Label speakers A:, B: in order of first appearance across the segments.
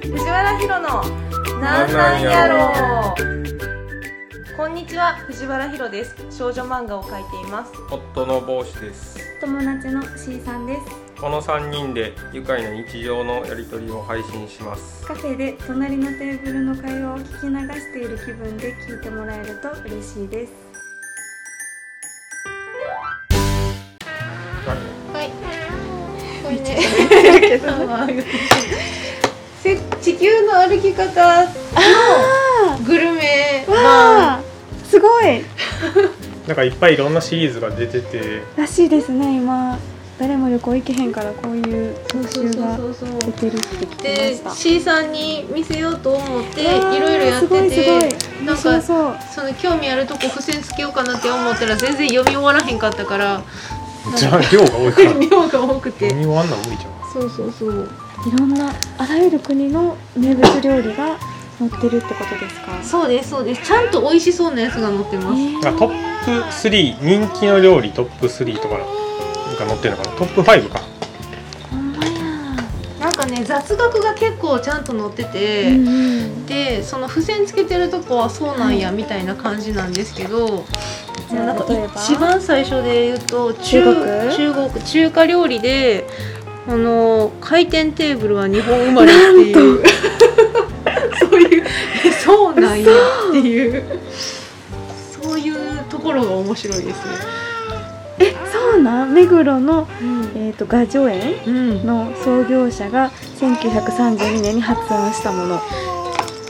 A: ひろのなんなんやろこんにちは藤原ひろです少女漫画を描いています
B: 夫の帽子です
C: 友達の C さんです
B: この3人で愉快な日常のやり取りを配信します
C: カフェで隣のテーブルの会話を聞き流している気分で聞いてもらえると嬉しいです
D: はい。せ 地球の歩き方のグルメ版
C: わあすごい
E: なんかいっぱいいろんなシリーズが出てて
C: らしいですね今誰も旅行行けへんからこういう
D: そう
C: 特
D: そう
C: 集が
D: そうそうそう
C: 出てるって聞きま
D: で
C: した
D: C さんに見せようと思ってい
C: わあ
D: ろいろやっ
C: すご
D: て
C: いす
D: てな
C: ごい面
D: んか
C: 白そう
D: その興味あるとこ付箋つけようかなって思ったら全然読み終わらへんかったから
E: じゃあ量が多いから
D: 量が多くて
E: 読み終わんの無理じゃん
D: そうそうそう
C: いろんなあらゆる国の名物料理が載ってるってことですか
D: そうですそうですちゃんと美味しそうなやつが載ってます
C: えー
E: あトップ3人気の料理トップ3とかなんか載ってるのかなトップ5か
C: ほんまや
D: なんかね雑学が結構ちゃんと載ってて、
C: うんうん
D: でその付箋つけてるとこはそうなんやみたいな感じなんですけど、
C: じゃあ
D: なんか
C: 例えば
D: 一番最初で言うと中
C: 中国
D: 中国中華料理であの回転テーブルは日本生まれっていう そういうえそうなんやっていうそういうところが面白いですね。
C: そうなん目黒の、
D: うん
C: えー、と画上園
D: うん、
C: の創業者が1932年に発案したもの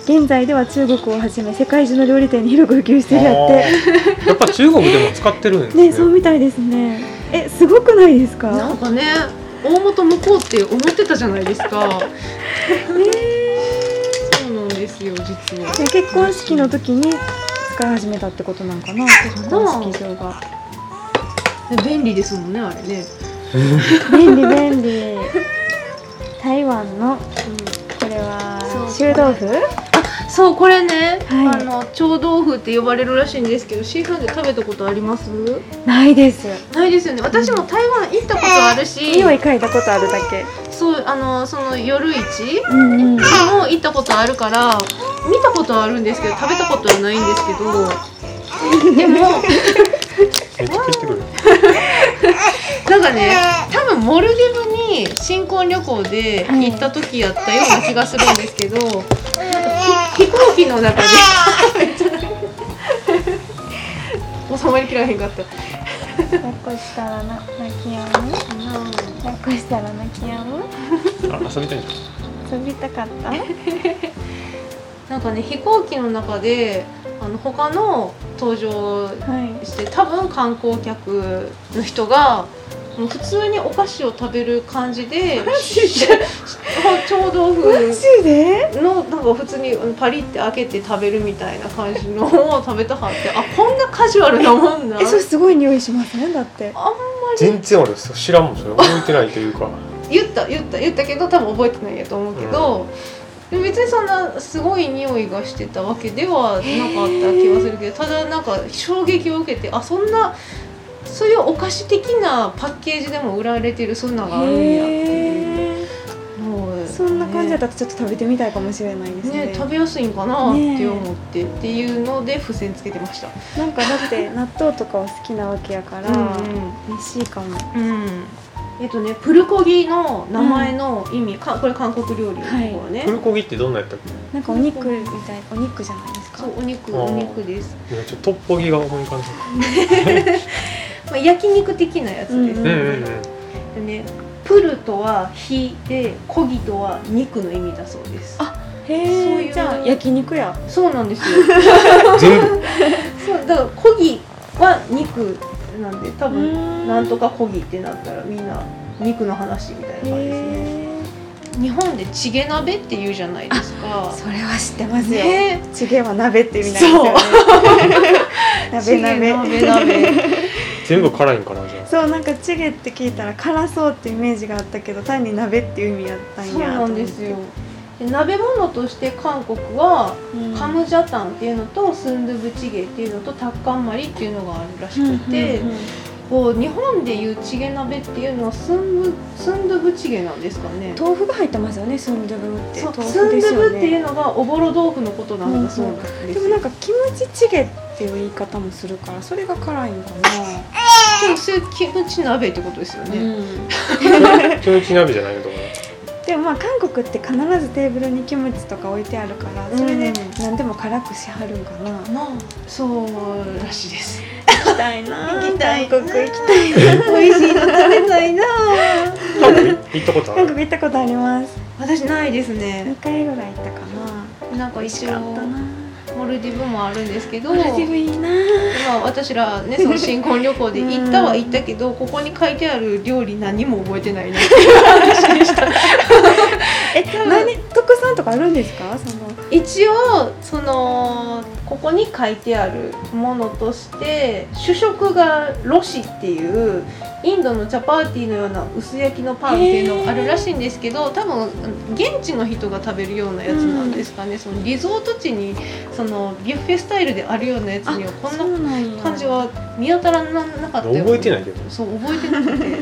C: 現在では中国をはじめ世界中の料理店に広く普及してるやって
E: あーやっぱ中国でも使ってるんですね
C: ねそうみたいですねえすごくないですか
D: なんかね大元向こうって思ってたじゃない ですか。そうなんですよ実は。
C: ね結婚式の時に使い始めたってことなんかな結婚式場が
D: 便利ですもんねあれね。
C: 便利便利台湾のこれは
D: そう
C: 臭豆腐
D: そうこれね、
C: はい
D: あの超豆腐って呼ばれるらしいんですけど、シーフード食べたことあります？
C: ないです
D: ないですよね。私も台湾行ったことあるし、
C: 匂い嗅いだことあるだけ
D: そうあのその夜市
C: うんうん
D: も行ったことあるから、見たことはあるんですけど食べたことはないんですけど、でも
E: めっちゃ聞いてくる
D: なんかね、多分モルディブに新婚旅行で行った時やったような気がするんですけど、なんかひ飛行機の中でめっちゃ収まりきらへんかった。
C: 抱っこしたらな泣きやむ抱っこしたら泣きやむ
E: あ遊びたいんじ
C: 遊びたかった
D: なんかね飛行機の中であの他の登場
C: はい
D: して多分観光客の人がもう普通にお菓子を食べる感じで超豆腐
C: ジで
D: のなんか普通にパリって開けて食べるみたいな感じのを食べたはってあこんなカジュアルなもんな
C: えそれすごい匂いしますねだっ
E: ゃ
C: て
E: ん全然俺知らんもんそれ覚えてないというか
D: 言った言った言ったけど多分覚えてないやと思うけど、でも別にそんなすごい匂いがしてたわけではなかった気がするけ どただなんか衝撃を受けてあそんなそういうお菓子的なパッケージでも売られてるそんなのがあるんやっていう
C: へ
D: のをね
C: ーそんな感じだったらちょっと食べてみたいかもしれないですね
D: ね食べやすいんかなって思って、っていうので付箋つけてました。
C: なんかだって納豆とかは好きなわけやから
D: うん
C: 美味しいかも
D: うんえっとね、プルコギの名前の意味、かこれ韓国料理のところね、
E: プルコギってどんなやったっけ
C: なんかお肉みたいお肉じゃないですか
D: そうお肉
E: あー
D: お肉です、
E: いやちょっとトッポギが思い浮かんで
D: まあ、焼肉的なやつです、
C: うん
E: るうんうんうん
D: ねプルとは火でコギとは肉の意味だそうです
C: あ
D: そうい
C: へえ
D: う
C: じゃあ焼肉や
D: そうなんですよ
E: 全部
D: そうだからコギは肉なんで多分
C: な
D: なんとかコギってなったらみんな肉の話みたいな感じですね
C: へえ
D: 日本でチゲ鍋って言うじゃないですか
C: それは知ってますよ
D: ね
C: チゲは鍋って意味なん
D: チゲ
C: ですよね鍋鍋
D: 鍋鍋
E: 全部辛いんかなじゃ
C: そうなんかチゲって聞いたら辛そうってイメージがあったけど単に鍋っていう意味やったんや
D: そうなんですよで鍋物として韓国は
C: と思って
D: カムジャタンっていうのとスンドゥブチゲっていうのとタッカンマリっていうのがあるらしくて、
C: うんうんうん
D: こう日本でいうチゲ鍋っていうのはスンドゥスンドゥブチゲなんですかね
C: 豆腐が入ってますよねスンドゥブって
D: そう
C: 豆
D: ス
C: 腐
D: ン
C: で
D: ド
C: す
D: ゥ
C: よ
D: ブっていう
C: ね
D: のがおぼろ豆腐のことなんだそうなんです
C: で
D: よ
C: もなんかキムチチゲっていう言い方もするからそれが辛いのか
D: でもそれキムチ鍋ってことですよ
C: な、
D: ね、
C: うん
E: キムチ鍋じゃないのと思う
C: でもまあ韓国って必ずテーブルにキムチとか置いてあるからそれで何でも辛くしはるんかな、
D: まあそうらしいです
C: 行きたいな
D: 行きたいな
C: 韓国行きたい
D: 美味しいの食べたいな
E: 韓国行ったことあ
C: 韓
E: る
C: 国行ったことあります
D: 私ないですね
C: 何回ぐらい行ったかな
D: なんか
C: 美味し
D: 一
C: か
D: 応
C: ったな
D: モルディブもあるんですけど
C: マルディブいいな
D: まあ私ら ねその新婚旅行で行ったは行ったけどここに書いてある料理何も覚えてないなっていう話でした
C: え何特産とかあるんですかその
D: 一応そのここに書いてあるものとして主食がロシっていうインドのチャパーティーのような薄焼きのパンっていうのがあるらしいんですけど多分現地の人が食べるようなやつなんですかね、そのリゾート地にそのビュッフェスタイルであるようなやつにはこんな感じは見当たらなかったよ
E: 覚えてないけど
D: そう覚えてなくて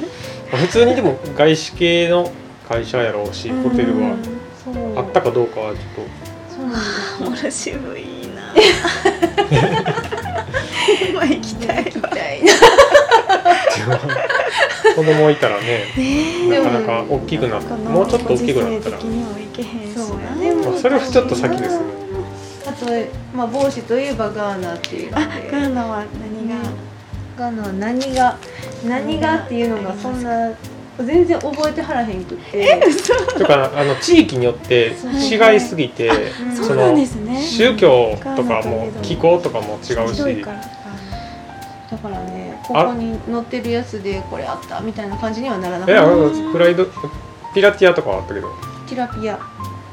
E: 普通にでも外資系の会社やろうしホテルは
D: そう
E: あったかどうかはちょっと
D: そうなんですよ
C: モルシブいい なもう行きたい
D: 行きたい
E: 子供いたらね
C: ね
E: なかなか大きくなっもうちょっと大きくなったら
C: ご時世的にも行けへんしな
D: そうやね
E: まあそれはちょっと先ですね
D: あと、まあ、帽子といえばガーナっていうの
C: あ
D: で
C: ガーナは何が、
D: ガーナは何が何がっていうのがそんな全然覚えてはらへんくって
E: とかあの地域によって違いすぎて
D: うん
C: そうなんですね
E: 宗教とかも気候とかも違う
C: ひどい
E: し
C: から
D: だからねここに載ってるやつでこれあったみたいな感じにはならな
E: えあ
D: かっ
E: のフライドピラティアとかはあったけど
D: たティラピア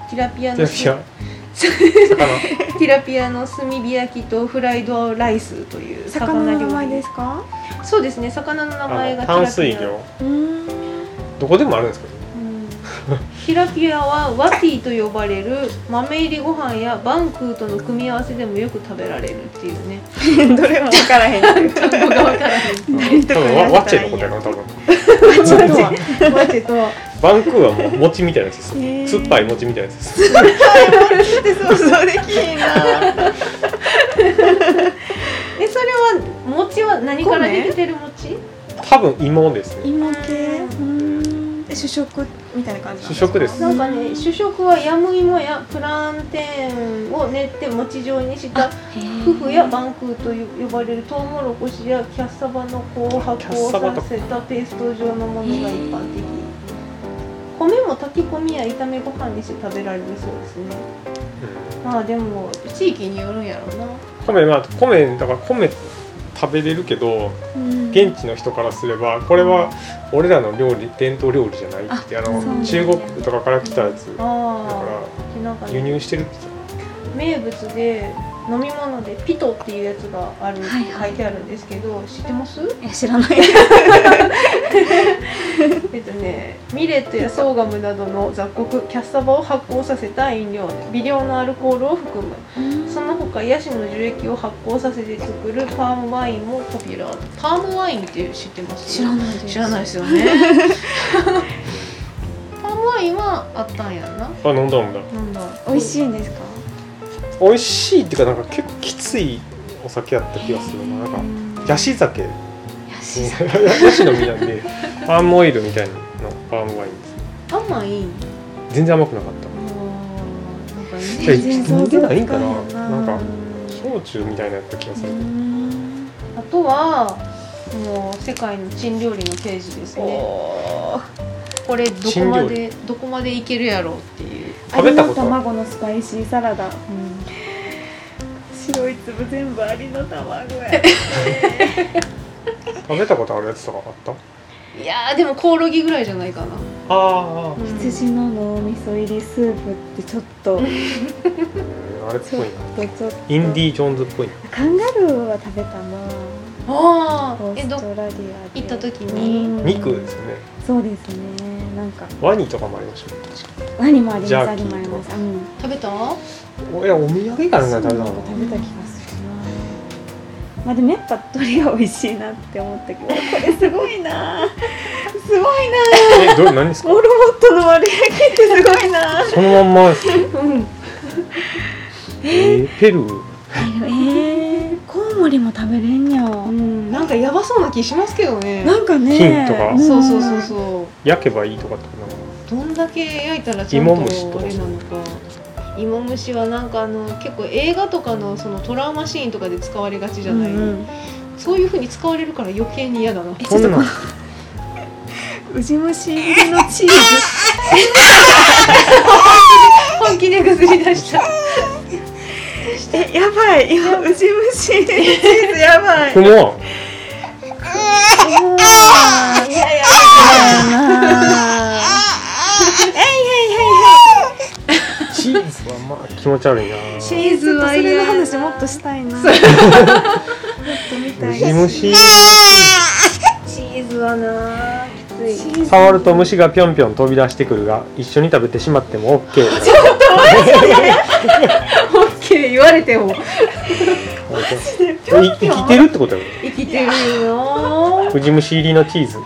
D: ティラピア
E: ピ
D: の
E: ラティア魚
D: ティラピアの炭火焼きとフライドライスという
C: 魚
D: 魚
C: の
D: 料理
C: 名前ですか
D: そうですね魚の名前
E: あ
D: がティ
E: の
D: ラピア
E: 淡水魚
C: うーん
E: どこでもあるんですけど
D: うんティラピアはワティと呼ばれる豆入りご飯やバンクーとの組み合わせでもよく食べられるっていう ね
C: どれも分からへんっていう
D: 単語が分からへん
E: 多分ワワチェのことやな多分
D: ワテとは
E: バンクーはもう餅みたいなやつです
C: へー
E: 酸っぱい餅みたいなやつです
C: 想像できへんな
D: えそれは餅は何からできてる餅
E: 多分芋ですね
C: 芋系うーんえ主食みたいな感じなん
E: 主食です
D: なんかね主食はヤムイモやプランテンを練って餅状にしたフフやバンクーと呼ばれるトウモロコシやキャッサバの粉を発酵させたペースト状のものが一般的米も炊き込みや炒めご飯にして食べられるそうですねまあでも地域によるんやろうな
E: 米まあ米だから米食べれるけど
C: うん
E: 現地の人からすればこれは俺らの料理伝統料理じゃないってあ
C: そうなん
E: の
C: や
E: 中国とかから来たやつだ
D: あ
E: から
D: あなんか
E: 輸
D: ね
E: 入してるって
D: 名物で飲み物でピトっていうやつがあるって
C: はいは
D: 書いてあるんですけど、知って ます
C: え知らない
D: えっとね、ミレットやソーガムなどの雑穀キャッサバを発酵させた飲料微量のアルコールを含むその他ヤシの樹液を発酵させて作るパームワインもポピュラーパームワインって知ってます
C: 知らないです
D: 知らないですよ ねパームワインはあったんやんな
E: あ飲んだ飲んだ
D: なんだ
C: 美味しいんですか
E: 美味しいっていうかなんか結構きついお酒やった気がするななんかヤシ酒
C: ヤシ酒
E: ヤシの実なん でパームオイルみたいなのパームワインです
D: 甘いん
E: 全然甘くなかった
D: なんか
E: い
D: ね
E: や
C: 全然想像つかへん
E: 似て
C: な
E: ないんかななんか焼酎みたいなやった気がする
D: あとはもう世界の珍料理のページですね
C: おー
D: これどこま
E: 珍料
D: でどこまでいけるやろうっていう、
E: 食べたこと
C: アリの卵のスパイシーサラダ
D: うん
C: 白い粒全部アリの卵や
E: 食べたことあるやつとかあった
D: いやーでもコオロギぐらいじゃないかな、
E: あー
D: うん
C: 羊の脳みそ入りスープってちょっと
E: あーうんあれっ
C: ち
E: ぽ
C: ょっ
E: いな
C: とちょっと
E: インディ・ジョーンズっぽい
C: カンガルーは食べたな
D: あ
C: オ
D: あ
C: ー
D: え
C: ス
D: ど
C: トラリアで
D: 行った時に
C: うん
E: 肉ですよね
C: そうですねなんか
E: ワニとかもありましたよ
C: 何もあります
E: ジャ
C: あ
E: ーキ
C: り
E: ー
C: もありますうん
D: 食べた
E: おいやお土産かなんかで食べたの
C: そうなんか食べた気がするなまあ、でもやっぱ鳥が美味しいなって思ったけどこれすごいなすごいな
E: えど何ですか
C: モロボットの割合ってすごいな
E: そのまんま、
D: うん
E: えーペルー
C: えー、コウモリも食べれんや
D: うん、なんかやばそうな気しますけどね。
C: なんかね
E: 金とか
C: ん
D: そうそうそうそ
E: 焼けばいいとかってことなの
D: う。どんだけ焼いたらちゃんと
E: 芋虫と
D: あ
E: か
D: れなのか。芋虫はなんかあの結構映画とかのそのトラウマシーンとかで使われがちじゃない、
C: うんうん
D: そういう風に使われるから余計に嫌 だな。
C: えちょ
E: そ
C: っ
E: ん
C: と
E: なん
C: ウジ虫入りのチーズ
D: 本気でぐずり出 した。
C: えやばい今ウジ虫入りのチーズやばい
E: この
C: いやいやな
E: チーズはまあ気持ち悪いな
C: チーズはそれの話もっとしたいなもっと見たい
E: 虫虫
F: チーズはなきつい
E: 触ると虫がぴょんぴょん飛び出してくるが一緒に食べてしまっても OK
D: オッケー言われても
E: い生きてるってことやろ
D: 生きてるよな。
E: ウジ虫入りのチーズ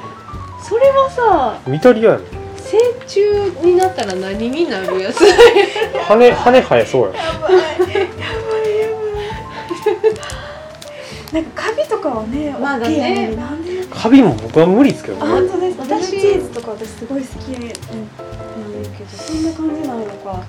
D: それはさ、
E: 見とりやん
D: 成虫になったら何になるやつ？
E: 羽羽生えそうや
C: なんかカビとかはね
D: まだ
C: 大きいの
D: ね
C: になんで
E: カビも僕は無理ですけど
C: あ
E: ね
C: 本当ですか
D: 私
C: 私チーズとか私すごい好きなんだけどそんな感じなのか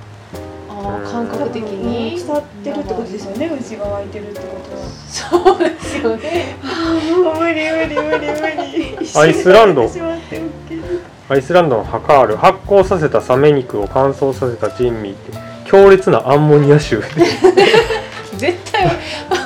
D: ああ感覚的
C: うん
D: に。
C: 伝わってるってことですよね内が湧いてるってことは
D: そうですよね。
C: あ無理無理無理無理
E: アイスランド
C: 一緒に食べてしまってウケる
E: アイスランドのハカール発酵させたサメ肉を乾燥させた珍味って強烈なアンモニア臭
D: 絶対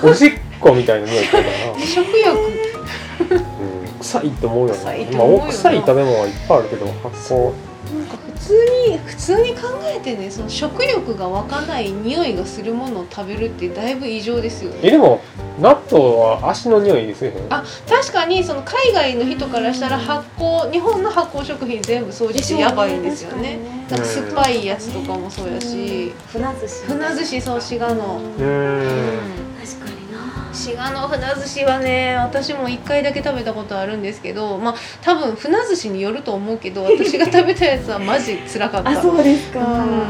E: おしっこみたいな匂いするか
D: 食欲
E: らな、うん、臭いって思うよ
D: 臭いっ
E: ね
D: て
E: ま
D: 思うよな
E: あ臭い食べ物はいっぱいあるけど発酵
D: なんか普通に普通に考えてねその食欲が湧かない匂いがするものを食べるってだいぶ異常ですよ
E: え
D: ね
E: でも納豆は足の匂いですよね
D: あ確かにその海外の人からしたら発酵日本の発酵食品全部掃除してやばいんですよねなん
E: で
D: か
E: し
D: 酸
E: ょうね
D: っぱいやつとかもそうやし
F: 船寿司
D: 船寿司そう滋賀の、
E: うーん
F: 確かにな
D: 滋賀の船寿司はね私も1回だけ食べたことあるんですけどまあ多分船寿司によると思うけど私が食べたやつはマジ辛かった
C: あそうですか、
D: うん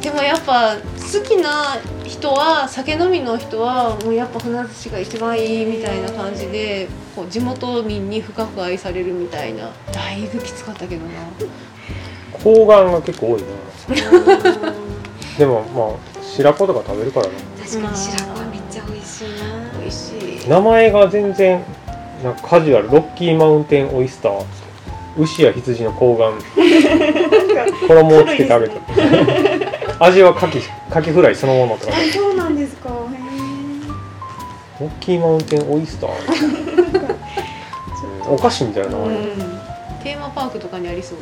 D: でもやっぱ好きな人は酒飲みの人はもうやっぱ船寿司が一番いいみたいな感じでこう地元民に深く愛されるみたいなだいぶきつかったけどな
E: 睾丸が結構多いな でもまあ白子とか食べるからな
F: 確かに白子はめっちゃ美味しいな
D: 美味しい
E: 名前が全然なんかカジュアルロッキーマウンテンオイスター牛や羊の睾丸衣をつけてあげてる味はカキカキフライそのままとか
C: そうなんですかへー
E: ロッキーマウンテンオイスターうんお菓子みたいな名
D: うん
E: 前
D: テーマパークとかにありそう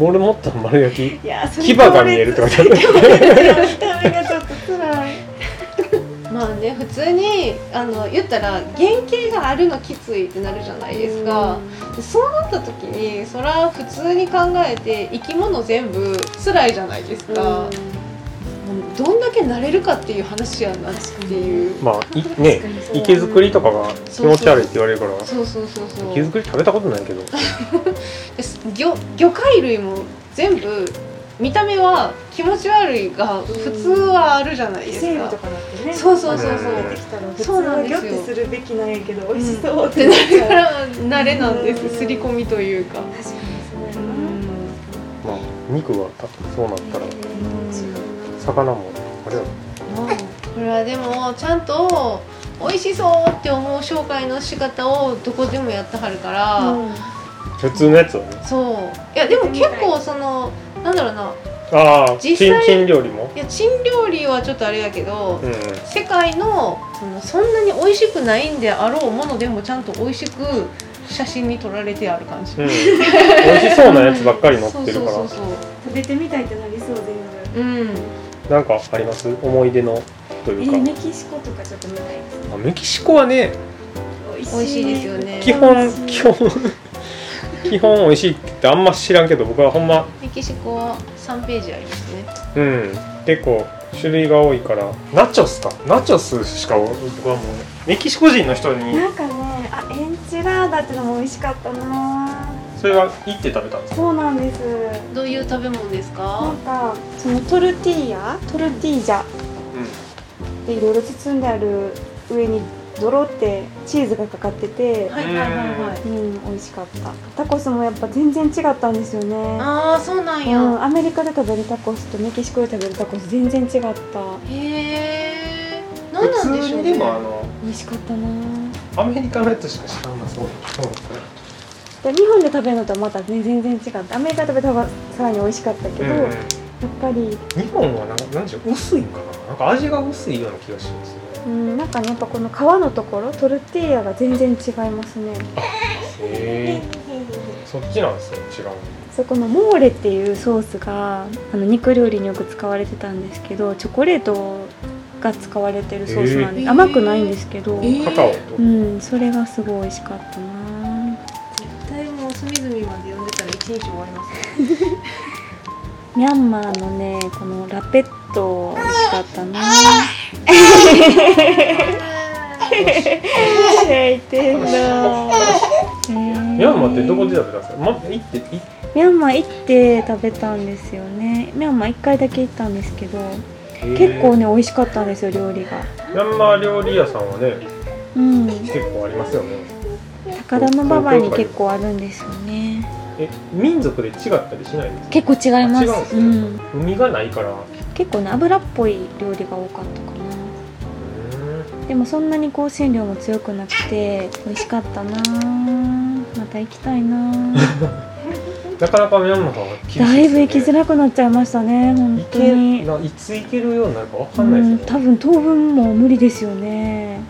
E: 俺もった丸焼
C: いやそ
E: き
C: れ
E: 牙が見えるとか
C: 強
E: ちょっと
C: 烈見た目がちょっと辛い
D: まあね普通にあの言ったら原型があるのきついってなるじゃないですか、でそうなった時にそれは普通に考えて生き物全部辛いじゃないですか、もうどんだけ慣れるかっていう話やなっていう、
E: まあいね池作りとかが気持ち悪いって言われるから
D: そうそうそうそう
E: 池作り食べたことないけど
D: です魚魚介類も全部見た目は気持ち悪いが普通はあるじゃない
C: 伊
D: です
C: 勢エビ
D: か
C: とかだってね
D: そうそうそうそう
C: 出てきたら普通
D: そうな
C: は
D: んです
C: ギョ
D: よ
C: ってするべきなんやけど美味し
D: う
C: そうっ
D: んってて
C: な
D: なるか
C: っちゃう
D: ら慣れなんです刷り込みというか、
F: 確かにそうや
E: まあ肉がたそうなったら魚もあれだ
D: まあこれはでもちゃんと美味しそうって思う紹介の仕方をどこでもやってはるから、
E: 普通のやつはね
D: そういやでも結構そのなんだろうな
E: ああチン
D: 実際
E: チン料理も
D: いやチン料理はちょっとあれやけど、
E: うん
D: 世界のそのそんなに美味しくないんであろうものでもちゃんと美味しく写真に撮られてある感じ、
E: うん、美味しそうなやつばっかり載ってるか
D: そうそう
E: ら
D: そう
C: 食べてみたいってなりそう全部
D: そううん
E: なんかあります思い出のと
C: え
E: いうか、
C: ーメキシコとかちょっと見たいです
E: あメキシコはね
C: 美
D: 美味しいですよね
E: 基
C: 美
E: 本
C: 味し
E: 基
C: い
E: 本 基本美味しいって言ってあんま知らんけど僕はほんま
D: メキシコは3ページありますね
E: うん結構種類が多いからナチョスかナチョスしか僕はもうねメキシコ人の人に
C: なんかねあエンチラーダってのも美味しかったな
E: それは行って食べたんです
C: そうなんです
D: どういう食べ物です
C: な
D: か
C: んかそのトルティーヤトルティージャでいろいろ包んである上にドロってチーズがかかってて、
D: はいはいはいはい
C: うん美味しかったタコスもやっぱ全然違ったんですよね
D: ああそうなん
C: う
D: や、
C: ん、アメリカで食べるタコスとメキシコで食べるタコス全然違った
D: へえ
E: うん
D: 何なんで
E: 普
D: し
E: 通
D: ょう
E: に
D: ね
E: でもあの
C: 美味しかったな
E: アメリカのやつしか知らんなそうそうですね
C: で日本で食べるのとはまたね全然違ったアメリカで食べた方がさらに美味しかったけど、やっぱり、
E: 日本はなんか何でしょう薄いんかななんか味が薄いような気がしますね
C: うん、なんかねやっぱこの皮のところトルティーヤが全然違いますね
E: へえそっちなんですね違うの
C: そこのモーレっていうソースがあの肉料理によく使われてたんですけどチョコレートが使われてるソースなんで、
D: えー
C: 甘くないんですけど、
D: えー
E: カカオと
C: うんそれがすごい美味しかったな
D: 絶対もう隅々まで読んでたら一日終わりますね
C: ミャンマーのねこのラペット美味しかったな泣いてんだ
E: ミ
C: ミ
E: ャンマーってどこで食べたんですか、ま、行って行っ
C: ミャンマー行って食べたんですよねミャンマー1回だけ行ったんですけど
E: て
C: 結構ね美味しかったんですよ料理が
E: ミャンマー料理屋さんはね
C: うん
E: 結構ありますよね
C: 高田馬場に結構あるんですよね
E: え民族で違ったりしないんですか
C: 結構違いま
E: 違うんですす
C: う
E: ね
C: ん
E: 海がないから
C: 結構ね油っぽい料理が多かったかなでもそんなに香辛料も強くなくて美味しかったなまた行きたいな
E: なかなかミャンマーは厳しいですよね
C: だいぶ行きづらくなっちゃいましたね本
E: 行
C: 当
E: け
C: に
E: ないつ行けるようになるかわ
C: う
E: かんない
C: ん
E: ですよ
C: 多
E: ね、
C: 分当分もう無理ですよね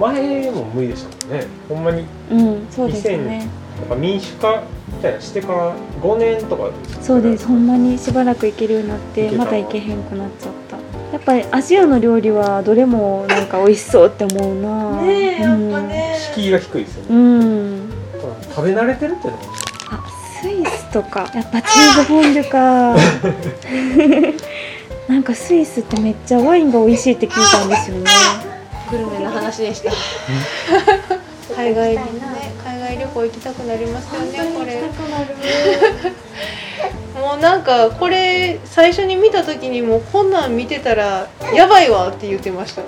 E: 前も無理でしたもんねほんまに
C: うんそうですね
E: やっぱ民主化みたいなしてから5年とかですよね
C: そうですほんまにしばらく行けるようになって
E: 行けた
C: また行けへんくなっちゃったやっぱりアジアの料理はどれもなんか美味しそうって思うな
G: ねえやっぱね
E: 敷居が低いですよ
C: う
E: ね、
C: ん、うん
E: 食べ慣れてるっていうのも
C: あスイスとかやっぱチーズフォンデュか なんかスイスってめっちゃワインが美味しいって聞いたんですよね
D: グルメの話でした 海外ね海外旅行行きたくなりますよねこれもうなんかこれ最初に見た時にもうこんなん見てたらやばいわって言ってました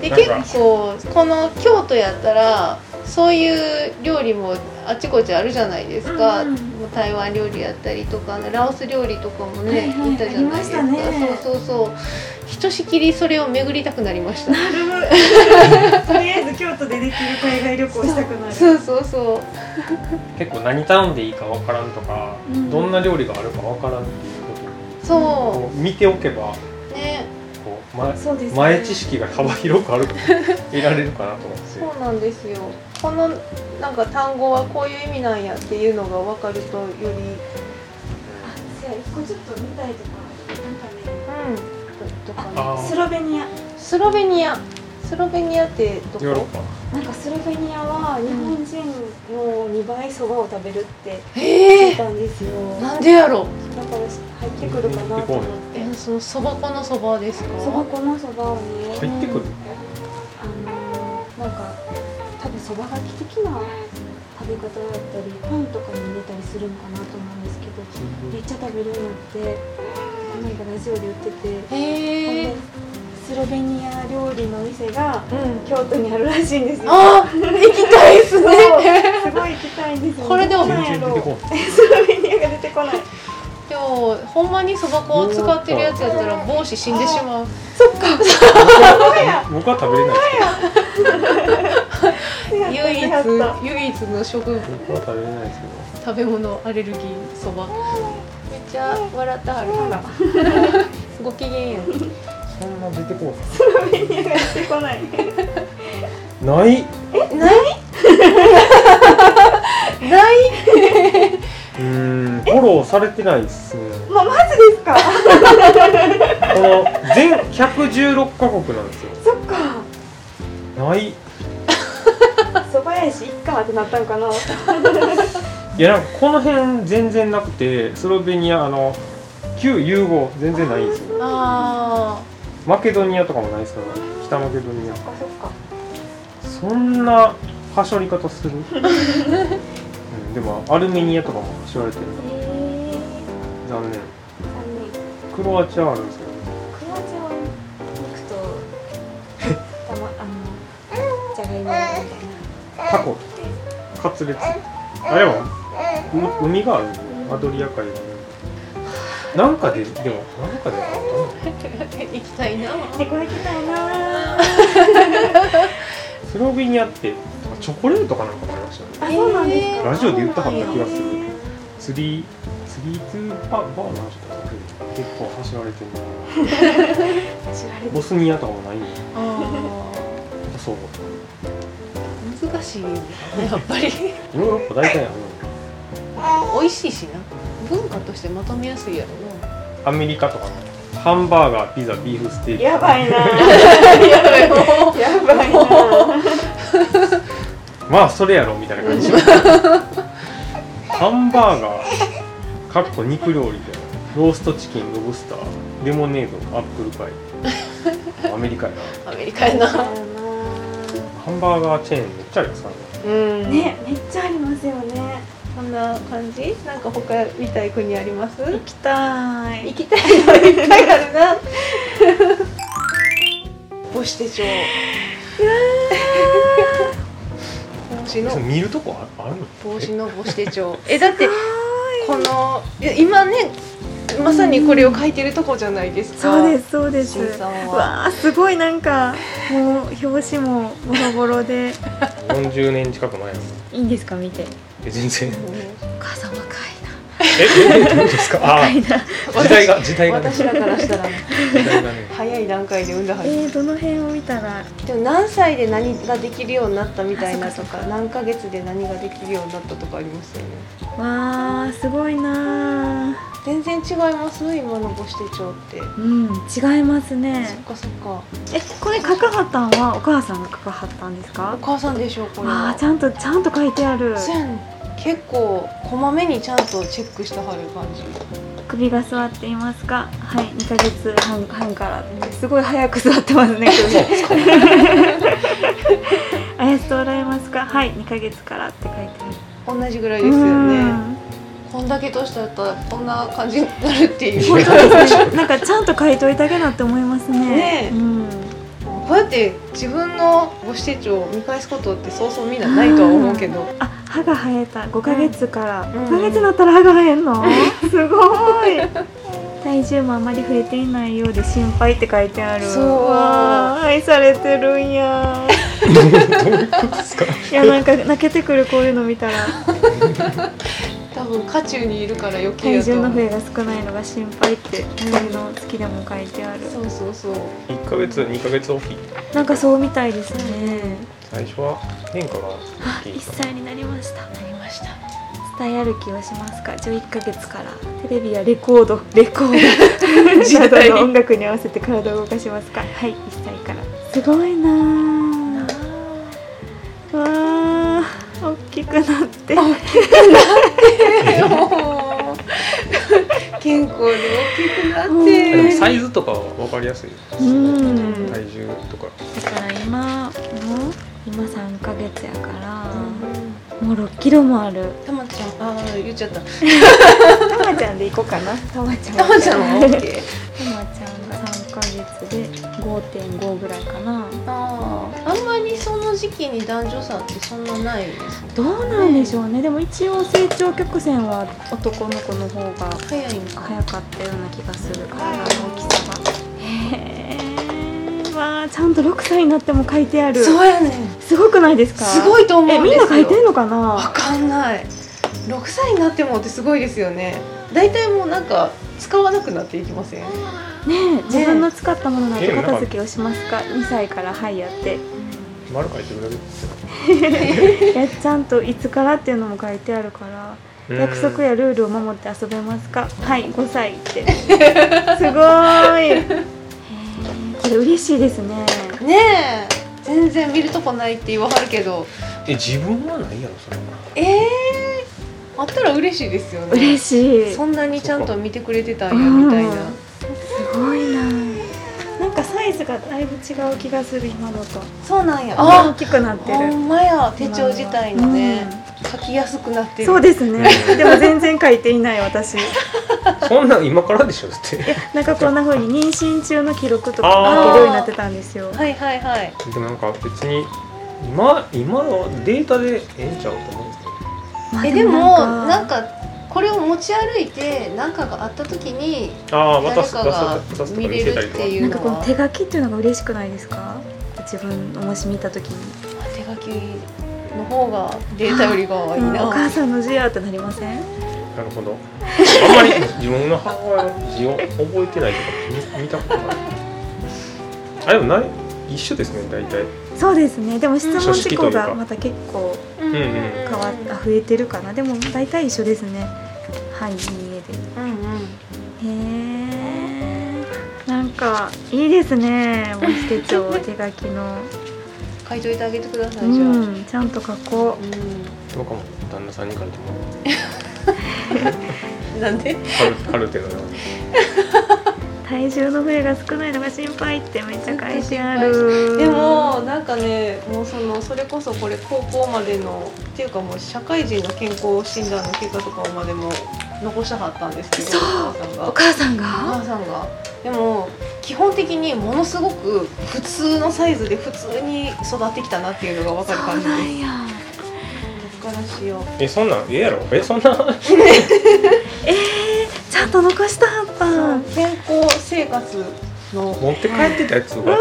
D: で
E: なん
D: 結
E: か
D: 構この京都やったらそういう料理もあちこちあるじゃないですか、
C: うんうん
D: もう台湾料理やったりとかねラオス料理とかもね、
C: はいはい
D: 行ったじゃないですか、
C: ありましたね
D: そうそうそうひとしきりそれを巡りたくなりました
C: とりあえず京都でできる海外旅行したくな
D: そうそうそう
E: 結構何頼んでいいかわからんとか、
C: うん
E: どんな料理があるかわからんっていうこと
D: そ
E: をこう見ておけば
D: うね
E: こう、ま、
C: そうですね
E: 前知識が幅広くある得られるかなと思って
D: そうなんですよこのなんか単語はこういう意味なんやっていうのが分かるとより
C: 一個ちょっと見たいとかなんか
D: う
C: ね
D: んとかね
E: あ
C: スロベニア
D: スロベニアスロベニアってど
E: あヨーロッ
D: こ
E: パ
C: なんかスロベニアは日本人の2倍そばを食べるって
D: へ
C: 聞い
D: え
C: たんですよ、
D: なんでやろう
C: だから入ってくるかなと思って
D: えそのそば粉のそばですか
C: そば粉のそばをね
E: 入ってくる
C: あのーなんか多分そばがき的な食べ方だったりパンとかに入れたりするのかなと思うんですけどめっちゃ食べるようになってこの間ラジオで言ってて、
D: へえ
C: ほんでスロベニア料理の店が
D: うん
C: 京都にあるらしいんですよ
D: あー行きたいです
C: そう
D: ね
C: すごい行きたいんですよ
D: これでも
C: どうなんや
E: 全然出て
C: ろ
E: こん
C: スロベニアが出てこない
D: でもほんまにそば粉を使ってるやつやったら帽子死んでしまう
E: 僕は食べれないです
D: 唯一
C: やったやっ
D: 唯一の食
E: けど僕は食べれないですけ
D: 食
E: ど
D: べ物アレルギーそばめっちゃ笑ったはる
C: たあら
D: ご機嫌やん
E: そんな出てこ
C: スロベニアが出てこない
E: ないない
D: ない
E: うんフォローされてないですね
C: まマジですか
E: この全116カ国なんですよ
C: そっか
E: ない
C: そば屋しいっかってなったのかない
E: やなんかこの辺全然なくてスロベニアあの旧融合全然ないんですよ
D: あ
E: マケドニアとかもないですから北マケドニア
H: あそっか
E: そんなはしょり方する、うん、でもアルメニアとかもはしょられてる
H: ええー、
E: 残
H: 残
E: 念
H: 念
E: クロアチアはあるんですけど
H: クロアチアは肉とたまあのじゃがいもみたい
E: タコカツレツあれはう海があるんでアドリア海があるんでなんかででもなんかであったな
D: ー行きたいな
H: な。でこ行きたいな。
E: スロベニアってチョコレートかなんかもありましたよね
H: あそうなんです
D: えー
E: ラジオで言ったはった気がす
D: そ
E: る
D: うなんや
E: ツリーツリーツーパーバーナーとか結構走られてる
H: か。知られ
E: なボスニアとかもないんや
D: あ
E: そう
D: ー難しいよねやっぱ り
E: ヨーロッパ大体あの
D: 美味しいしな文化としてまとめやすいやろな
E: アメリカとかハンバーガーピザビーフステーキ
A: やばいな
D: や ばいもう
A: やばいな
E: まあそれやろみたいな感じ、ハンバーガーかっこ肉料理でローストチキンロブスターレモネードアップルパイアメリカやな
D: アメリカやな
H: てる
E: ハンバーガーチェーンめっちゃありますから
D: う
E: ね
D: ん
H: な。ね、めっちゃありますよね。
D: こんな感じなんか他見たい国あります
A: 行きたい
D: 行きたいのいっぱいあるな母子手帳帽子
E: そ
D: の
E: れ見るとこああるの
D: 帽子の母子手帳 えだってこのいや今ねまさにこれを書いてるとこじゃないですか
C: そうですそうで
D: しん
C: す
D: さんは
C: わあすごいなんかもう表紙もボロボロで
E: 40年近く前の
C: いいんですか見て
E: え全然
C: お母さん若い
E: え何ですかあー時代が時代がね
D: 私らからしたら
E: 時代がね
D: 早い段階で産んだは
C: な
D: ず
C: えー、どの辺を見たら
D: でも何歳で何ができるようになったみたいなとか何ヶ月で何ができるようになったとかありますよね
C: わあすごいなあ
D: 全然違います今の母子手帳って、
C: うん違いますね
D: そっかそっか
C: えこれ書かはったんはお母さんが書かはったんです
D: お
C: か
D: 母さんでしょうこれ
C: わあ
D: は
C: ちゃんとちゃんと書いてある
D: そうやん結構こまめにちゃんとチェックしてはる感じ
C: 首が座っていますかはい2ヶ月半半からすごい早く座ってますね 首あやすとおられますかはい2ヶ月からって書いてある
D: 同じぐらいですよねこんだけ年だったらこんな感じになるっていう
C: 本当です ね。なんかちゃんと書いといてあげなって思いますね。
D: ねえ
C: うん。
D: こうやって自分の母子手帳を見返すことってそうそうみんなないとは思うけど
C: あ、歯が生えた。五ヶ月から。
D: うん
C: 五、ヶ月だったら歯が生えんの？すごい。体重もあまり触れていないようで心配って書いてある。
D: そう
C: わあ愛されてるんや。
E: どういうことですか
C: いやなんか泣けてくるこういうの見たら
D: 多分渦中にいるから余計
C: 体
D: やと
C: 重の
D: 思
C: 増
D: う
C: えが少ないのが心配ってこういうの好きでも書いてある。
D: そうそうそう
B: 1ヶ月2ヶ月大きい
C: なんかそうみたいですね。
E: 最初は変化が大きい
C: 一歳になりました。
D: なりました
C: 伝え歩きをしますか11ヶ月からテレビやレコードレコ ード
D: 時代
C: などの音楽に合わせて体を動かしますかはい1歳からすごいなあわあ大きくなって
D: もう健康で大きくなっ
C: うん
B: でも
D: て
B: サイズとかは分かりやすいです
C: うんだ
B: 体重とか
C: から今も今3ヶ月やからもう6キロもある
D: たまちゃんああ言っちゃった
C: たまちゃんで行こうかなたまちゃん
D: たまちゃんは
C: たま
D: OK
C: ちゃんが3ヶ月で5.5ぐらいかな
D: あああんまりその時期に男女差ってそんなないですね
C: どうなんでしょうね、でも一応成長曲線は男の子の方が
D: 早いんか
C: 早かったような気がする体の大きさがへえわあちゃんと6歳になっても書いてある
D: そうやねん
C: すごくないですか
D: すごいと思
C: え
D: うんで
C: み
D: す
C: ん
D: よ
C: な書いてんのか
D: わ
C: な
D: かんない6歳になってもってすごいですよね大体もうなんか使わなくなっていきません
C: ねえ自分の使ったものなど片付けをしますか2歳からはいやって
E: 丸書いてるだけ
C: いやちゃんといつからっていうのも書いてあるから
E: うん
C: 約束やルールを守って遊べますかはい5歳って すごーいへーこれ嬉しいですね
D: ねえ全然見るとこないって言わはるけど
E: え自分はないやろそれは
D: ええあったら嬉しいですよね
C: 嬉しいす
D: そんなにちゃんと見てくれてたんやみたいな、
C: うんごいななんかサイズがだいぶ違う気がする今のと
D: そうなんや
C: 大きくなって
D: ほ
C: る
D: んまや手帳自体のね、
C: う
D: 書きやすくなってる
C: そうですねでも全然書いていな い私
E: そんなん今からでしょだって
C: なんかこんな風に妊娠中の記録とか
E: あ
D: ー
C: 書けるようになってたんですよ
D: はいはいはい
E: でもなんか別に今今のデータでええんちゃうと思うんですけど
C: まあ
D: えでも
C: な
D: なんん
C: か
D: かこれを持ち歩いて何かがあった時に
E: ああ
D: 誰
E: 渡す
D: か
E: 出
D: が
E: す出すとか
D: 見
E: 見
D: れ
E: せ
D: る
E: た
D: っ
E: りとか
D: てい
C: な
D: うん
C: か
D: の
C: この
D: は
C: 手書きっていうのが嬉しくないですか自分をもし見た時に
D: 手書きの方がデータよりかはいい
C: うんお母
D: な
C: さんの字やってなりません
E: なるほ どあんまり自分の母親の字を覚えてないとか見見たことないあでもない一緒ですね大体
C: そうですねでも質問事項
E: 書式という
C: が
E: か
C: また結構
D: うん
E: うん
C: 変わっあ増えてるかなでも大体一緒ですねはいいいえで
D: うんうん
C: へえなんかいいですね母子手帳手書きの
D: 書いといてあげてくださ
C: う
D: いじゃあ、うん
C: んちゃんと書こ
E: 僕はもう旦那さんに書いてもらう
D: なんで
E: カルカルテのように
C: う体重の増えが少ないのが心配ってめっちゃ書いてあ
D: ずっ
C: る
D: でもなんかねもうそのそれこそこれ高校までのっていうかもう社会人の健康診断の結果とかまでも残したはったんですけどお母さん
C: お
D: が
C: 母さ
D: お母さ
C: んが
D: んがでも基本的にものすごく普通のサイズで普通に育ってきたなっていうのが分かる感じです
C: や
D: だからしよう
E: えそんなんええやろえそんな
C: えー、ちゃんと残したはった
D: 健康生活の
E: 持って帰ってたやつがあっ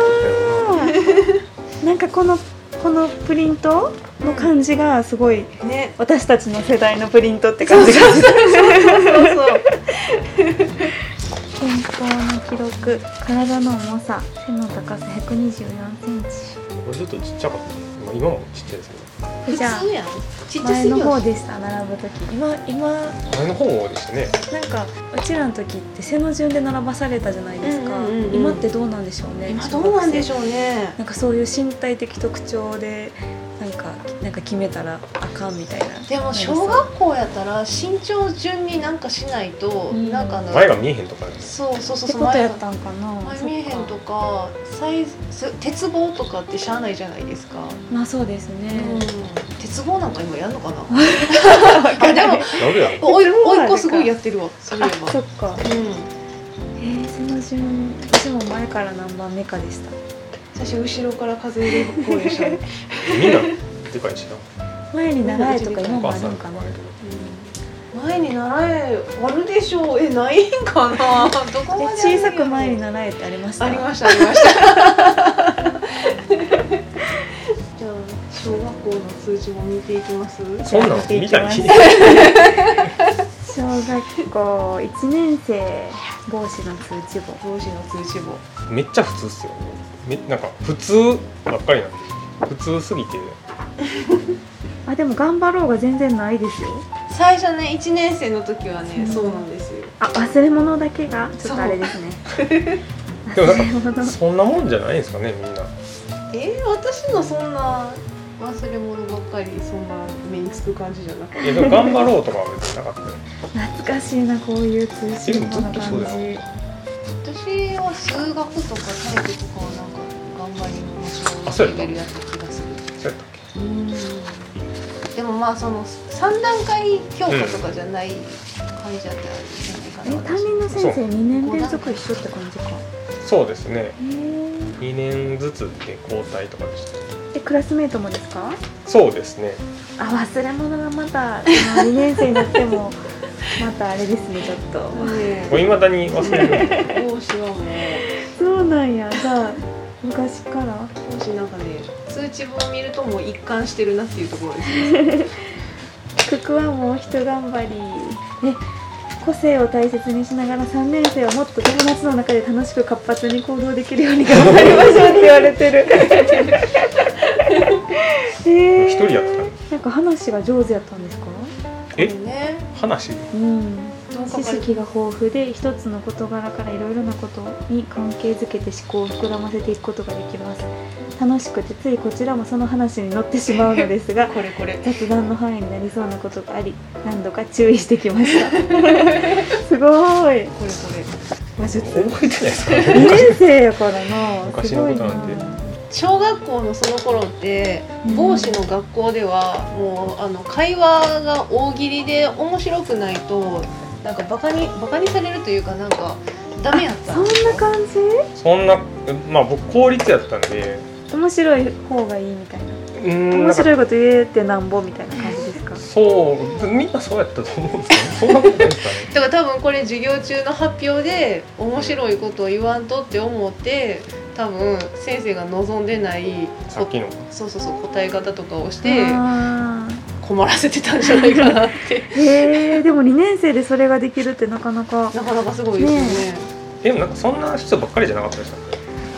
E: たよ
C: なんかこのこのプリントの感じがすごい
D: ね
C: 私たちの世代のプリントって感じが
D: そうそう
C: 健康の記録体の重さ背の高さ1 2 4セン
E: なこれちょっとちっちゃかったまあ今もちっちゃいですけ
C: チ
D: 普
C: じゃあ
D: 通やんちっちゃ
C: 前
D: すぎ
C: の方
D: よ
C: でした並ぶ時今今なん
E: ど前の方でしたね
C: かうちらの時って背の順で並ばされたじゃないですか、
D: うんうんうんうん
C: 今ってどうなんでしょうね
D: 今どうなんでし
C: ょ
D: ょうね
C: うなんかそういう身体的特徴でなんかなんか決めたらあかんみたいな
D: でも小学校やったら身長順になんかしないと、
C: うん
D: なんかあの
E: 前が見えへんとかです
D: そうそうそう
C: って
D: そう
C: ことや
D: 前
C: っ
D: が
C: たんかな
D: 前見えへん
C: そ
D: と
C: っか
D: かサイズす鉄棒とかってしゃあないじゃないですか、
C: まあそうですね、
D: うん鉄棒なんか今やんの かなあでも
E: なるやろ
D: おい
C: 鉄棒はあ
D: おい
C: れか
D: っ子すごいやってるわそうい え
C: あ
D: ば
C: そっか
D: うん
C: えー、背の順私も前から何番目かでした
D: 最初後ろから数える方でしたね、
E: みんなでかいしな
C: 前に習えとか今
E: お
C: も
E: 母
C: ある
E: さん
C: ん
E: と
C: か
E: か
C: な
E: もあるけ
D: うん前に
E: ど
D: 習えあるでしょうえないんか などこ
C: え
D: まで
C: 小さく前に習えってありました
D: ありましたありま したじゃあ小学校の数字も見ていきます
E: そんなん見たい
C: 小学校1年生帽子の通知簿
D: 同士の通知簿
E: めっちゃ普通っすよねめなんか普通ばっかりなんで普通すぎて
C: あでも頑張ろうが全然ないですよ
D: 最初ね1年生の時はね、
C: うん
D: そうなんですよ
C: あ忘れ物だけがちょっとあれですね
E: でも
C: 忘
E: なん
C: れ
E: か
C: 物
E: そんなもんじゃないんですかねみんな
D: えー、私のそんな忘れ物ばっかりそんな目につく感じじゃなくて
E: いやでも頑張ろうとかは別になかったよ
C: 懐かしいなこういう通
E: え
C: 信
E: でもず
C: 簿の
E: っ
C: 感
E: と
C: じ
E: そうだよ
D: 私は数学とか体育とかはなんか頑張りの
E: あそう
D: 物
E: や
D: をや
E: った
D: るやった気がする
E: そうやったっ
D: うんでもまあその3段階評価とかじゃない会社ってあるんじゃ
C: え
D: ないかな、
C: 担任の先生2年連続一緒って感じか
E: けそうですね
C: へー
E: 2年ずつで交代とかでした
C: えクラスメートもですか
E: そうですね
C: あ忘れ物がまた2年生になって もまたあれですねちょっと
E: いまだに忘れる
D: 帽子はもう
C: そうなんやじゃあ昔から
D: 帽子なんかね通知簿を見るともう一貫してるなっていうところですね
C: 服はもうひと頑張りえ個性を大切にしながら3年生はもっと友達の中で楽しく活発に行動できるように頑張りましょうって言われてる えー
E: 一人やった
C: なんか話が上手やったんですか
E: え
D: これね
E: 話
C: うん知識が豊富で一つの事柄からいろいろなことに関係づけて思考を膨らませていくことができます楽しくてついこちらもその話に乗ってしまうのです が
D: これこれ
C: 雑談の範囲になりそうなことがあり何度か注意してきましたすごい
D: これこれ
C: 魔術
E: 覚えてないですか
C: 2年生やからな
E: 昔
C: すご
E: の
C: い
E: こと
C: な
E: なんて
D: 小学校のその頃って某子の学校ではもうあの会話が大喜利で面白くないとなんかバカにバカにされるというかなんかダメやった
C: そんな感じ
E: そんなまあ僕効率やったんで
C: 面白い方がいいみたいな
E: うーん
C: 面
E: なんか
C: 白いこと言えてなんぼみたいな感じですか
E: そうみんなそうやったと思うんですけどそんなことないですかね
D: だから多分これ授業中の発表で面白いことを言わんとって思って多分先生が望んでない
E: さっきの
D: そうそうそう答え方とかをして
C: あ
D: 困らせてたんじゃないかなって
C: ーへえでも2年生でそれができるってなかなか
D: なかなかすごいですよね。
E: でもなんかそんな人ばっかりじゃなかったでしたっ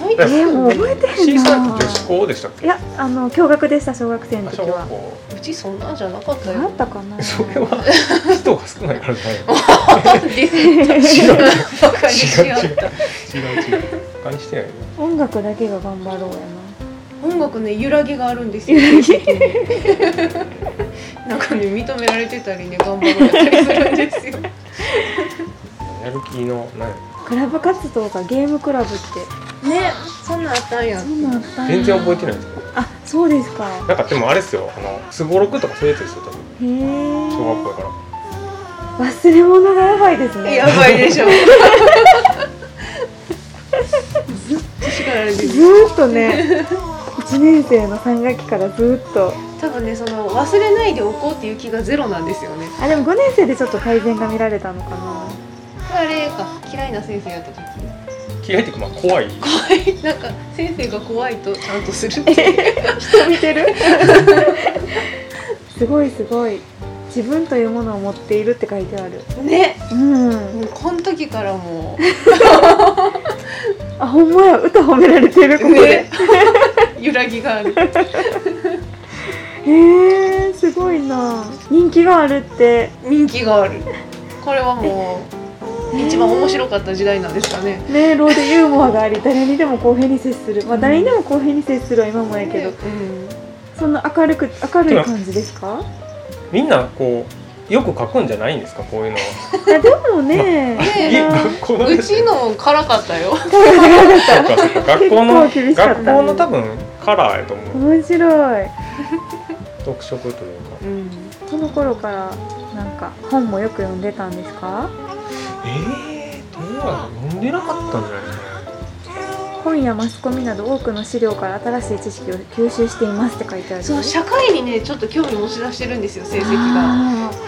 D: 入って
C: え
D: くる
C: ー、も
D: の
C: う
D: ね
C: 覚えて
E: け
C: へん
E: 小
C: な
E: さい時女子校でしたっけ
C: いやあの共学でした小学生の
E: あ
C: 時
E: 小
C: は
E: 学校
D: うちそんなんじゃなかったよ。
C: あったかな
E: それは人が少ないからじゃないの
D: 違うバカにし
E: 違
D: 合
E: う違
D: っ
E: う
D: た
E: 違う違うバカにしてないよ
C: 音楽だけが頑張ろうや
D: 音楽ね揺らぎがあるんですよ
C: 揺らぎ
D: なんかね認められてたりね頑張られたりするんですよ
E: やる気のない
C: なクラブ活動がゲームクラブって
D: ねそんなんあったんや
C: そんなんあったんや
E: 全然覚えてないんですよ
C: あそうですか
E: なんかでもあれですよあのすごろくとかそういうやつですよ多分
C: へえ
E: 小学校やから
C: 忘れ物がやばいですね
D: やばいでしょずっと叱られてる
C: ずーっとね1年生の3学期からずーっと
D: 多分ねその忘れないでおこうっていう気がゼロなんですよね
C: あでも5年生でちょっと改善が見られたのかな
D: あれか嫌いな先生やった時
E: 嫌いっていうかまあ怖い
D: なんか先生が怖いとちゃんとするっていう
C: 人見てる すごいすごい自分というものを持っているって書いてある
D: ね
C: うん
D: もうこの時からもう
C: あほんまや歌褒められてるここで、
D: ね、揺らぎがある。
C: へえすごいな人気があるって
D: 人気がある。これはもう一番面白かった時代なんですかね。
C: ねローでユーモアがあり誰にでも公平に接するまあ誰にでも公平に接するは今もやけど、
D: うん、
C: そんな明るく明るい感じですか
E: みんなこうよく書くんじゃないんですかこういうのは
C: あでもね
D: ね
E: いや学校の
D: うちの辛かったよ。
E: そうかそうか学校の
C: 結構厳しかった
E: 学校の多分カラーやと思う
C: 面白い
E: 特色というか
D: うん、
C: その頃からなんか本もよく読んでたんですか
E: えー、どうやろう飲んでなかったんじゃないですかね
C: 本やマスコミなど多くの資料から新しい知識を吸収していますって書いてある
D: そう社会にねちょっと興味持ち出してるんですよ成績が。
C: あー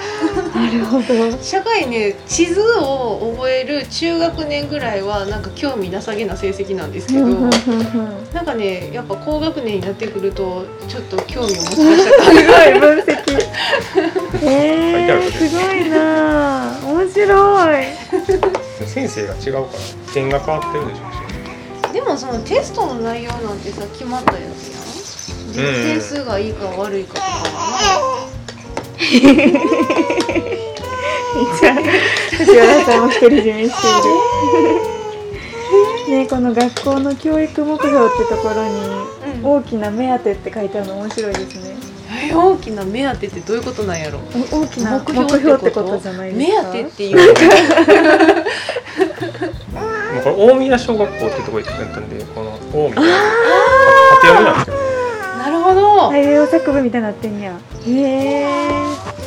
C: なるほど
D: 社会ね地図を覚える中学年ぐらいはなんか興味なさげな成績なんですけど。
C: うんうんうんうん
D: なんかねやっぱ高学年になってくるとちょっと興味を持ち出した感じ
C: すごい分析
E: 書いてあ
C: え
E: る
C: ー、すごいなあ面白い
E: 先生が違うから点が変わってるでしょうし
D: でもそのテストの内容なんてさ決まったやつやん、
E: うん
D: 点数がいいか悪いかとかは
C: じゃあ藤原さんも独り占めしているねこの学校の教育目標ってところに
D: な、
C: 大きな目当てって書いてあるの面白いですね
D: え大きな目当てってどういうことなんやろ
C: お大きな目
D: 目標ってこと
C: 標ってことじゃないで
D: 目
C: す
D: 当
C: か
D: てっていう
E: もうこれ大宮小学校ってとこ行ったんでこの大宮縦読みなんですけど
D: なるほど、
C: 大量作文みたいになってんやへえ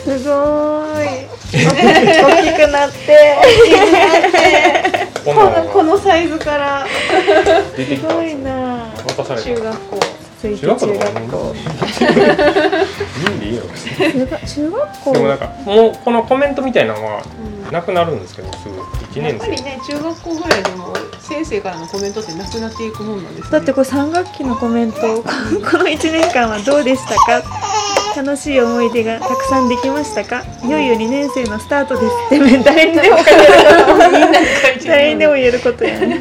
C: すごーい大きくなって
E: こん
D: こ
E: な
D: の
E: の
D: こ
E: が
D: のサイズから
E: 出てき
C: す
E: たん
C: ご
E: です
C: い
E: よ
C: なあ
E: 渡され
D: 中
E: た
D: 学校
C: 続いて
E: 中
C: 中
E: 学
C: 学
E: 校とか
C: 校
E: いいんでいいよ
C: 中学中学校
E: でもなんかもうこのコメントみたいなのはなくなるんですけどすぐ1
D: や
E: 年
D: っぱ
E: 生
D: りね中学校ぐらいでも先生からのコメントってなくなっていくもんなんですね
C: だってこれ3学期のコメントこの1年 間はどうでしたか楽しい思い出がたくさんできましたかいよいよ2年生のスタートですって 誰にでも書けること誰にでも言えることやね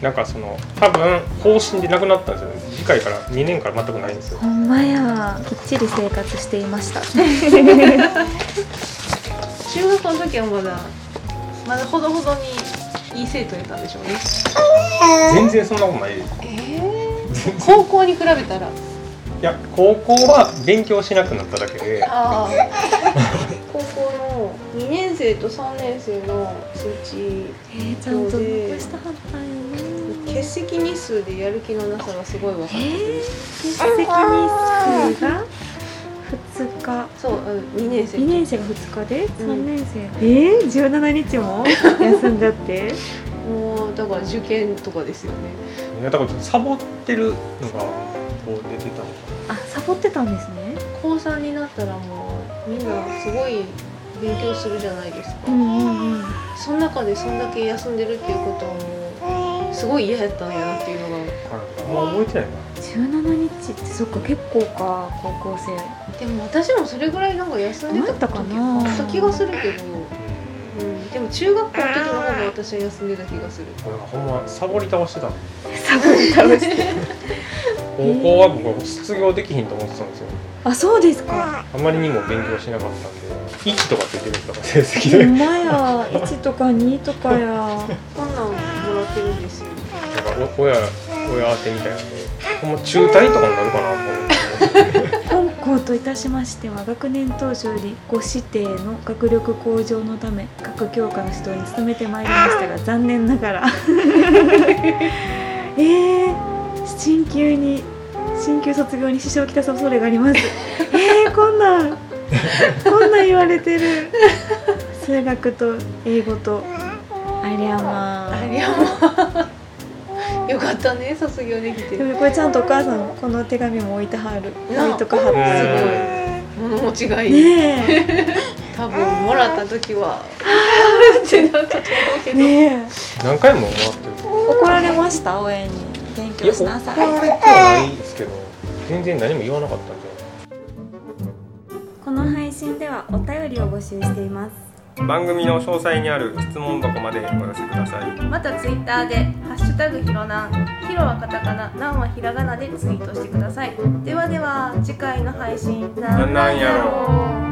E: なんかその多分方針でなくなったんですよね次回から2年から全くないんですよ
C: ほんまやきっちり生活していました
E: 中
D: 中学校の時はまだまだほどほどにいい生徒やったんでしょうね
E: 全然そんなことないです
D: えー、高校に比べたら
E: いや高校は勉強しなくなっただけで
D: ああ高校の2年生と3年生の数値
C: えー、ちゃんと残したはったんやな
D: 欠席日数でやる気のなさがすごい分か
C: え
D: る
C: ー、欠席日数が2日
D: そう、うん、2年生
C: 2年生が2日で
D: うん
C: 3年生、えー、17日 も休んじゃって
D: もうだから受験とかですよね
E: いやだからサボってるのがこう出てたのか
C: あサボってたんですね
D: 高3になったらもうみんなすごい勉強するじゃないですか、
C: うんうんうん
D: その中でそんだけ休んでるっていうことはもうすごい嫌やったんやなっていうのが
E: なあんま覚えてないな
C: 17日ってそっか結構か高校生
D: でも私もそれぐらいなんか休んでた時
C: どうやったかな
D: あった気がするけど、うん、でも中学校の時の方が私は休んでた気がする
E: 俺はほんまサボり倒してたの
C: サボり倒して
E: 高校は僕は卒業できひんと思ってたんですよ
C: あそうです か
E: あまりにも勉強しなかったんで1とか出てるんですから成績
C: ほ
E: で
C: んまや1とか2とかや
D: こんなんもらってるんですよ
E: なんかお親親当てみたいなんでほんま中退とかになるかなと思って
C: 本校といたしましては学年当初よりご指定の学力向上のため各教科の指導に努めてまいりました が残念ながらえー、進級に進級卒業に支障をきたす恐れがあり ますえー、こん なんこんなん言われてる数学と英語とありゃま
D: あ
C: あ
D: りゃまあよかったね卒業できて
C: でもこれちゃんとお母さんこの手紙も置いてはる
D: なあ
C: 置いとかはった
E: うん
D: 物持ちがいい
C: ねえ
D: 多分もらった時はあーってなったと思うけど、
C: ねえ
E: 何回も回って
C: 怒られました親に勉
E: るいや
C: 強しなさ
E: 怒ら
C: い
E: れてはないですけど全然何も言わなかったんで
I: この配信ではお便りを募集しています
B: 番組の詳細にある質問箱までお寄せください
A: またツイッターで「ハッシュタグひろなん」ひろはカタカナ、なんはひらがなでツイートしてください。ではでは、次回の配信、
B: なんなんやろ
A: う